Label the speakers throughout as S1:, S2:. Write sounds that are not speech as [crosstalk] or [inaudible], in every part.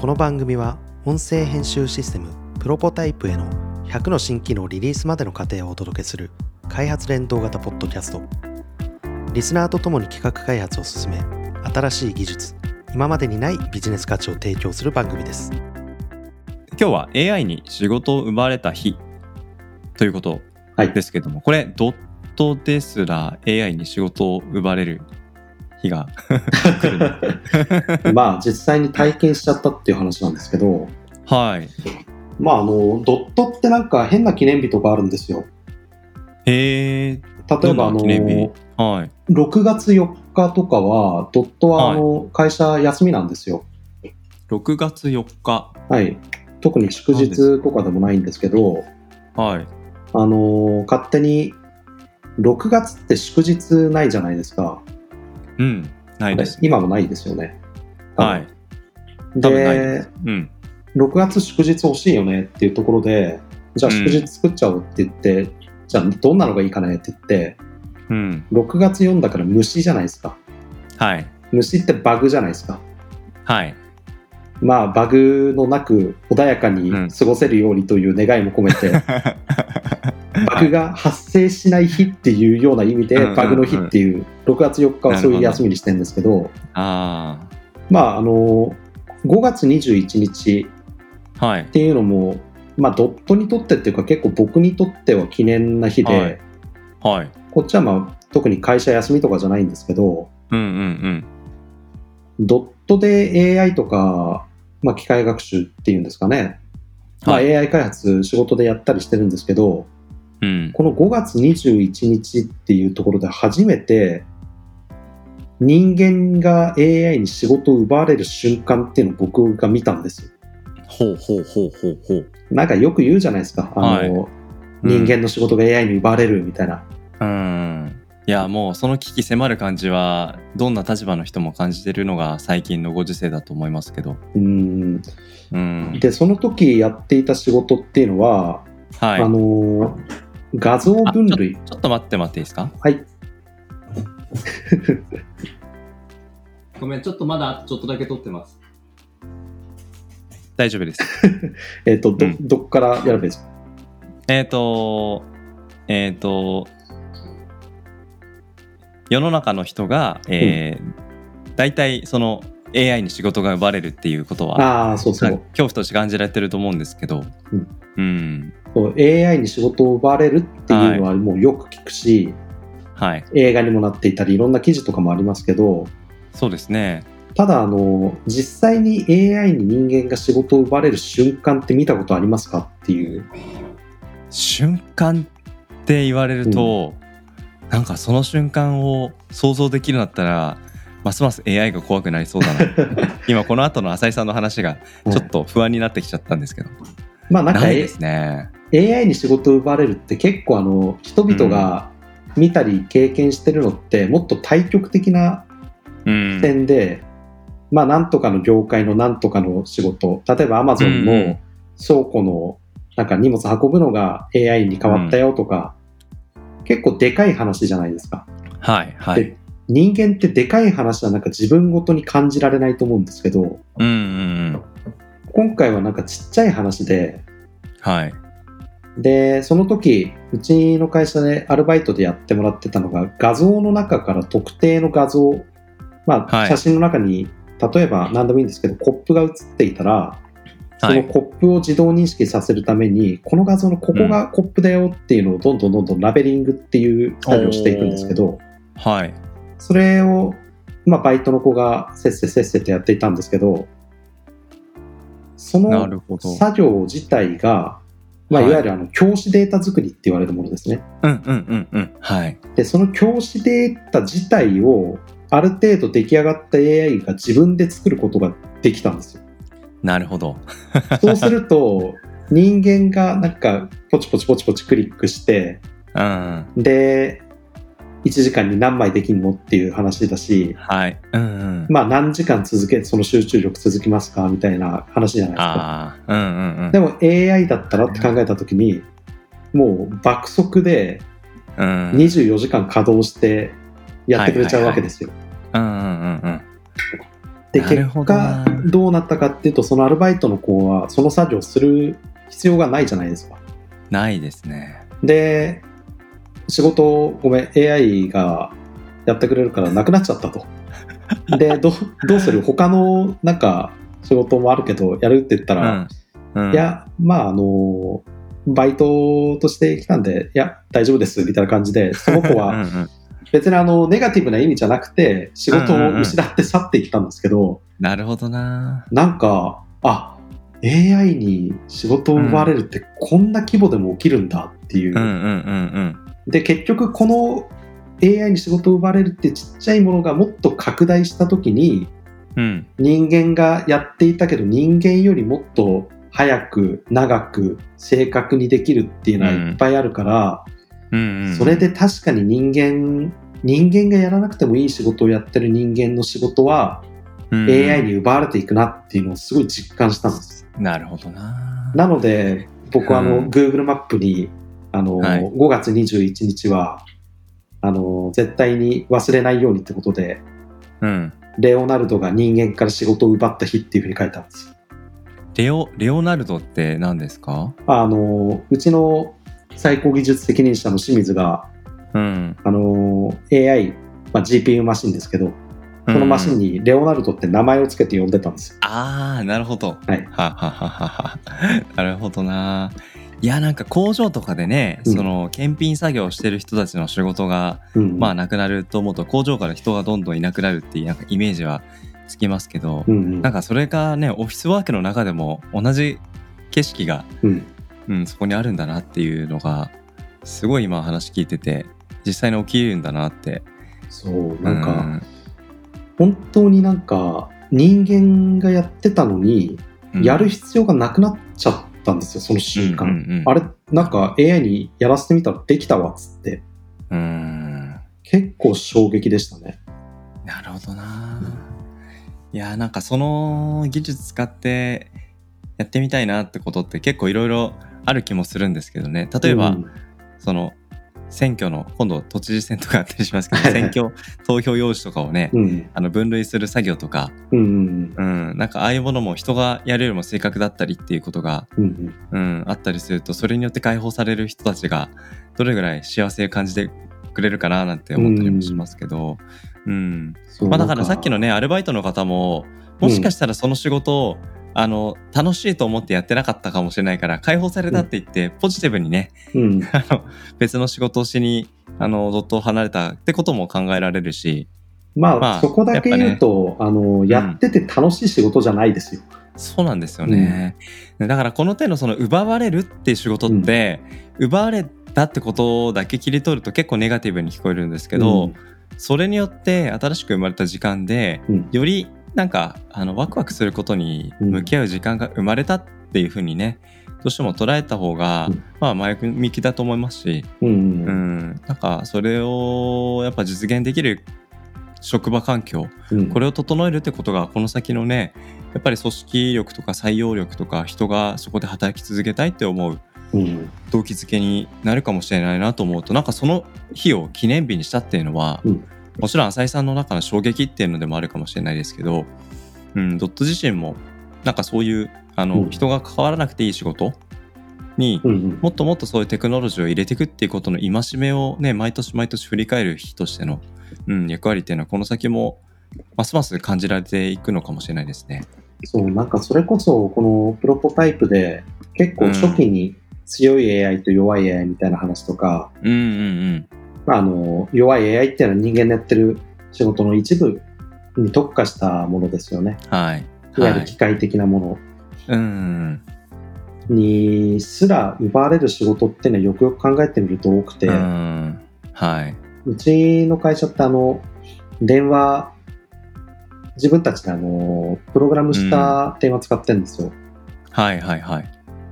S1: この番組は音声編集システムプロポタイプへの100の新機能リリースまでの過程をお届けする開発連動型ポッドキャストリスナーとともに企画開発を進め新しい技術今までにないビジネス価値を提供する番組です
S2: 今日は AI に仕事を奪われた日ということ
S1: はい
S2: ですけども、これドットですら AI に仕事を奪われる日が来るな
S1: [laughs] まあ実際に体験しちゃったっていう話なんですけど
S2: はい
S1: まああのドットってなんか変な記念日とかあるんですよ
S2: へえ
S1: 例えばあ
S2: どんな
S1: の
S2: 記念日はい
S1: 6月4日とかはドットはあの会社休みなんですよ
S2: 6月4日
S1: はい、特に祝日とかでもないんですけど、
S2: はい
S1: あのー勝手に6月って祝日ないじゃないですか、
S2: うんないです
S1: 今もないですよね。
S2: はい多分ない
S1: で、
S2: うん
S1: 6月祝日欲しいよねっていうところで、じゃあ
S2: うん
S1: 祝日作っちゃおうって言って、じゃあどんなのがいいかねって言って、
S2: うん
S1: 6月4だから虫じゃないですか。
S2: はい
S1: 虫ってバグじゃないですか。 [laughs]
S2: はい
S1: まあ、バグのなく穏やかに過ごせるようにという願いも込めて、バグが発生しない日っていうような意味で、
S2: うんうんうん
S1: バグの日っていう、6月4日はそういう休みにしてるんですけど、
S2: あ
S1: まあ、あの、5月21日
S2: あはい
S1: っていうのも、まあ、ドットにとってっていうか、結構僕にとっては記念な日で、
S2: はいはい
S1: こっちはまあ、特に会社休みとかじゃないんですけど、
S2: うんうん
S1: ドットで AI とか、まあ、機械学習っていうんですかね、
S2: う
S1: ま
S2: ん
S1: あ、
S2: はい、
S1: AI 開発仕事でやったりしてるんですけど、
S2: うん
S1: この5月21日っていうところで初めて人間が AI に仕事を奪われる瞬間っていうのを僕が見たんですよ。
S2: ほうほうほうほうほう
S1: なんかよく言うじゃないですか。あの、人間の仕事が AI に奪われるみたいな。
S2: うんいやもうその危機迫る感じはどんな立場の人も感じてるのが最近のご時世だと思いますけど。
S1: うん。
S2: うん、
S1: で、その時やっていた仕事っていうのは、
S2: はい
S1: あの、画像分類。
S2: ちょっと待って待っていいですか
S1: はい。
S3: [laughs] ごめん、ちょっとまだあとちょっとだけ撮ってます。
S2: 大丈夫です。
S1: えっ、と、ど
S2: うん、
S1: どっからやればいいですか
S2: えっ、とえっ、と世の中の人が、えー大体その AI に仕事が奪われるっていうことは
S1: ああー、そうそ
S2: なん
S1: う
S2: か。恐怖として感じられてると思うんですけど、
S1: うん
S2: うん、
S1: そう AI に仕事を奪われるっていうのはもうよく聞くし、
S2: はい
S1: 映画にもなっていたりいろんな記事とかもありますけど
S2: そうですね
S1: ただあの実際に AI に人間が仕事を奪われる瞬間って見たことありますかっていう
S2: 瞬間って言われると、なんかその瞬間を想像できるんだったらますます AI が怖くなりそうだ
S1: [laughs]
S2: な今この後の浅井さんの話がちょっと不安になってきちゃったんですけど、
S1: まあなんか
S2: ない
S1: え
S2: ですね
S1: AI に仕事を奪われるって結構あの人々が見たり経験してるのってもっと対極的な
S2: うん
S1: 点で、まあなんとかの業界のなんとかの仕事例えば Amazon
S2: うん
S1: の倉庫のなんか荷物運ぶのが AI に変わったよとか、結構でかい話じゃないですか。
S2: はいはい
S1: で人間ってでかい話はなんか自分ごとに感じられないと思うんですけど
S2: うんうんうん
S1: 今回はなんかちっちゃい話で
S2: はい
S1: でその時うちの会社でアルバイトでやってもらってたのが画像の中から特定の画像、まあ、
S2: はい
S1: 写真の中に、例えば何でもいいんですけどコップが写っていたらそ
S2: は
S1: の
S2: い
S1: コップを自動認識させるために、この画像のここがコップだよっていうのをどんどんどんどんラベリングっていう作業をしていくんですけど、
S2: はい
S1: それを、まあ、バイトの子がせっせせっせとやっていたんですけど、そ
S2: な
S1: の
S2: るほど
S1: 作業自体が、まあ、
S2: はい
S1: いわゆるあの教師データ作りって言われるものですね。
S2: うんうんうんうんはい
S1: で、その教師データ自体を、ある程度出来上がった AI が自分で作ることができたんです
S2: [laughs]
S1: よ。
S2: なるほど
S1: そうすると、人間がなんか、ポチポチポチポチクリックして、
S2: うん
S1: で、1時間に何枚できんのっていう話だし、
S2: はいうんうん
S1: まあ何時間続け、その集中力続きますかみたいな話じゃないですか。
S2: ああうんうんうん
S1: でも AI だったらって考えたときに、もう爆速で
S2: うんうん
S1: 24時間稼働してやってくれちゃうわけですよ。
S2: うんうんうん
S1: で
S2: なる
S1: 結
S2: ほど
S1: 果
S2: な
S1: どうなったかっていうとそのアルバイトの子はその作業する必要がないじゃないですか
S2: ないですね
S1: で仕事をごめん AI がやってくれるからなくなっちゃったとでどどうする他のなんか仕事もあるけどやるって言った
S2: う
S1: ら、
S2: ん、うん、
S1: いやまああのバイトとして来たんでいや大丈夫ですみたいな感じでその子
S2: うんう
S1: は
S2: ん
S1: 別にあのネガティブな意味じゃなくて仕事を失って去っていったんですけど、
S2: なるほどな
S1: なんか、あ AI に仕事を奪われるってこんな規模でも起きるんだっていう。
S2: うんうんうん
S1: で、結局この AI に仕事を奪われるってちっちゃいものがもっと拡大した時に
S2: うんうん
S1: 人間がやっていたけど人間よりもっと早く長く正確にできるっていうのはいっぱいあるから、
S2: うんうん
S1: それで確かに人間人間がやらなくてもいい仕事をやってる人間の仕事は
S2: うん
S1: AI に奪われていくなっていうのをすごい実感したんです。
S2: なるほどな
S1: なので僕はあの、
S2: うん
S1: Google マップにあの、
S2: はい
S1: 5月21日はあの絶対に忘れないようにってことで
S2: うん
S1: レオナルドが人間から仕事を奪った日っていうふうに書いたんですよ
S2: レオレオナルドって何ですか
S1: あのうちの最高技術責任者の清水が
S2: うん
S1: あの AI、まあ、GPU マシンですけど
S2: こ
S1: このマシンにレオナルドって名前をつけて呼んでたんですよ、
S2: ああなるほど
S1: はい
S2: ははははなるほどないやなんか工場とかでね、
S1: うん
S2: その検品作業をしてる人たちの仕事が、
S1: うん
S2: まあなくなると思うと工場から人がどんどんいなくなるっていうなんかイメージはつきますけど、
S1: うんうん
S2: なんかそれがねオフィスワークの中でも同じ景色が、
S1: うん
S2: うん、そこにあるんだなっていうのがすごい今話聞いてて実際に起きるんだなって
S1: そうなんか、本当になんか人間がやってたのに
S2: うん
S1: やる必要がなくなっちゃったんですよ、その瞬間。
S2: うんうんうん
S1: あれ、なんか AI にやらせてみたらできたわっつって、
S2: うん
S1: 結構衝撃でしたね。
S2: なるほどな。いやーなんかその技術使ってやってみたいなってことって結構いろいろある気もするんですけどね例えば、
S1: うん
S2: その選挙の今度都知事選とかあったりしますけど
S1: はいはい
S2: 選挙投票用紙とかをね、
S1: うん、
S2: あの分類する作業とか、
S1: うん、うん、
S2: うん、なんかああいうものも人がやるよりも正確だったりっていうことが、
S1: うんうん、
S2: うん、あったりするとそれによって解放される人たちがどれぐらい幸せを感じてくれるかななんて思ったりもしますけど、うん、
S1: そう
S2: まあ、だからさっき、の
S1: なん
S2: ねアルバイトの方ももしかしたらその仕事を、あの楽しいと思ってやってなかったかもしれないから解放されたって言って、ポジティブにね
S1: うん、
S2: あの別の仕事をしにあのドットを離れたってことも考えられるし
S1: まあ、
S2: まあ
S1: そこだけ言うと、あの、やってて楽しい仕事じゃないですよ。
S2: そうなんですよね、だからこの手のその奪われるっていう仕事って、奪われたってことだけ切り取ると結構ネガティブに聞こえるんですけど、それによって新しく生まれた時間で
S1: うん、うん、
S2: よりなんかあのワクワクすることに向き合う時間が生まれたっていうふうにね、どうしても捉えた方が、
S1: うん
S2: まあ前向きだと思いますし、
S1: うん、
S2: う
S1: うん、
S2: ん、なんかそれをやっぱ実現できる職場環境
S1: うん
S2: これを整えるってことがこの先のねやっぱり組織力とか採用力とか人がそこで働き続けたいって思う
S1: うん、
S2: 動機づけになるかもしれないなと思うとなんかその日を記念日にしたっていうのは、
S1: うん
S2: もちろん浅井さんの中の衝撃っていうのでもあるかもしれないですけど、うん、ドット自身もなんかそういうあの、
S1: うん
S2: 人が関わらなくていい仕事に、
S1: うん、うん
S2: もっともっとそういうテクノロジーを入れていくっていうことの戒めをね毎年毎年振り返る日としての、うん、役割っていうのはこの先もますます感じられていくのかもしれないですね。
S1: そう、なんかそれこそ、このプロトタイプで、結構初期に強い AI と弱い AI みたいな話とか、
S2: うんうん
S1: まあ、あの弱い AI っていうのは人間のやってる仕事の一部に特化したものですよね。
S2: うん。はい。
S1: いわゆ
S2: は
S1: る
S2: い
S1: 機械的なも
S2: うん
S1: のにすら奪われる仕事っていうのはよくよく考えてみると多くて、
S2: う。
S1: うん
S2: はい。
S1: ちの会社ってあの電話自分たちであのプログラムした電話使ってるんですよ。
S2: はいはいはい。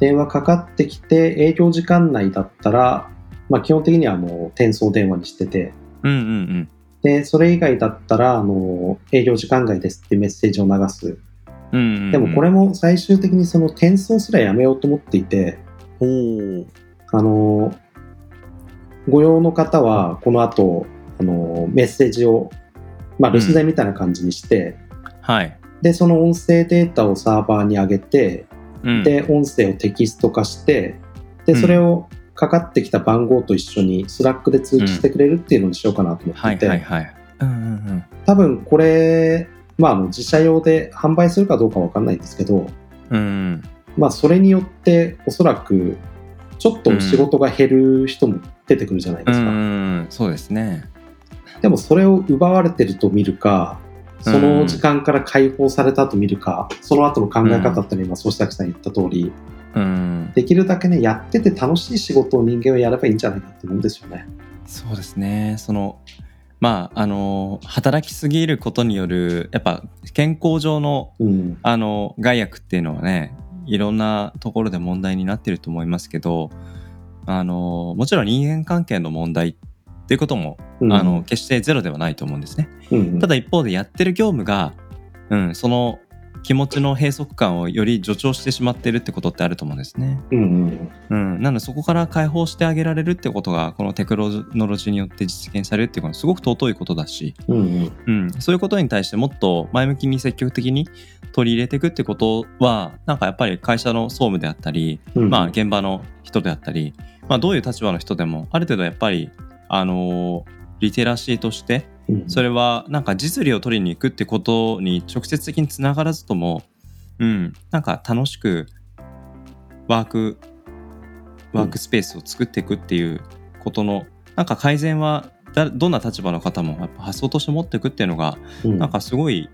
S1: 電話かかってきて営業時間内だったら、まあ、基本的にはもう転送電話にしてて、
S2: うんうん
S1: で、それ以外だったら、あの、営業時間外ですってメッセージを流す。
S2: うん。うんうんうん
S1: でもこれも最終的にその転送すらやめようと思っていて、
S2: おー
S1: あの、ご用の方はこの後、あの、メッセージを、まあ、留守電みたいな感じにして、
S2: はい。
S1: でその音声データをサーバーに上げて、
S2: うん、
S1: で音声をテキスト化して
S2: う
S1: で
S2: ん
S1: それをかかってきた番号と一緒にスラックで通知してくれるっていうのにしようかなと思
S2: は
S1: っ
S2: い
S1: てて、
S2: はいはい。うんうん
S1: 多分これ、まあ、あの自社用で販売するかどうかわかんないんですけど、
S2: うん。うん
S1: まあ、それによっておそらくちょっと仕事が減る人も出てくるじゃないで
S2: うんう
S1: すか、
S2: んうん、そうですね。
S1: でもそれを奪われてると見るかそ
S2: うん
S1: の時間から解放されたと見るか、その後の考え方っていうのは今総崎さん言った通り
S2: うん、
S1: できるだけねやってて楽しい仕事を人間はやればいいんじゃないかって思うんですよね。
S2: そうですね。そのまああの働きすぎることによるやっぱ健康上の
S1: うん
S2: あの害悪っていうのはねいろんなところで問題になってると思いますけどあのもちろん人間関係の問題っていうことも、
S1: うん
S2: あの決してゼロではないと思うんですね。
S1: うん
S2: ただ一方でやってる業務が、うん、その気持ちの閉塞感をより助長してしまってるってことってあると思うんですね。
S1: うんうん
S2: うん、なのでそこから解放してあげられるってことがこのテクノロジーによって実現されるっていうのはすごく尊いことだし、
S1: うんうん
S2: うん、そういうことに対してもっと前向きに積極的に取り入れていくってことはなんかやっぱり会社の総務であったり、
S1: うん
S2: まあ、現場の人であったり、まあ、どういう立場の人でもある程度やっぱり、あのーリテラシーとして
S1: うん
S2: それはなんか実利を取りに行くってことに直接的につながらずとも、うん、なんか楽しくワークワークスペースを作っていくっていうことの、なんか改善はだどんな立場の方もやっぱ発想として持っていくっていうのが、
S1: うん
S2: なんかすごい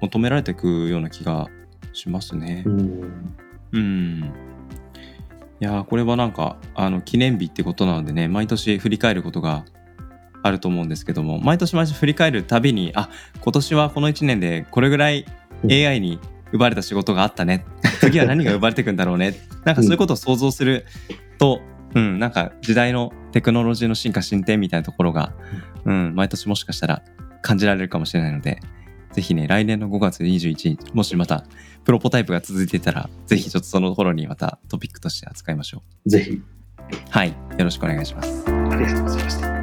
S2: 求められていくような気がしますね。
S1: うん
S2: うんいやーこれはなんかあの記念日ってことなのでね毎年振り返ることがあると思うんですけども毎年毎年振り返るたびにあ今年はこの1年でこれぐらい
S1: うん
S2: AI に奪われた仕事があったね次は何が奪われていくんだろうねなんかそういうことを想像すると、うん、なんか時代のテクノロジーの進化進展みたいなところが、うん、毎年もしかしたら感じられるかもしれないのでぜひね来年の5月21日もしまたプロポタイプが続いていたら、ぜひちょっとその頃にまたトピックとして扱いましょ
S1: ぜひ
S2: う。はい。よろしくお願いします。
S1: ありがとうございました。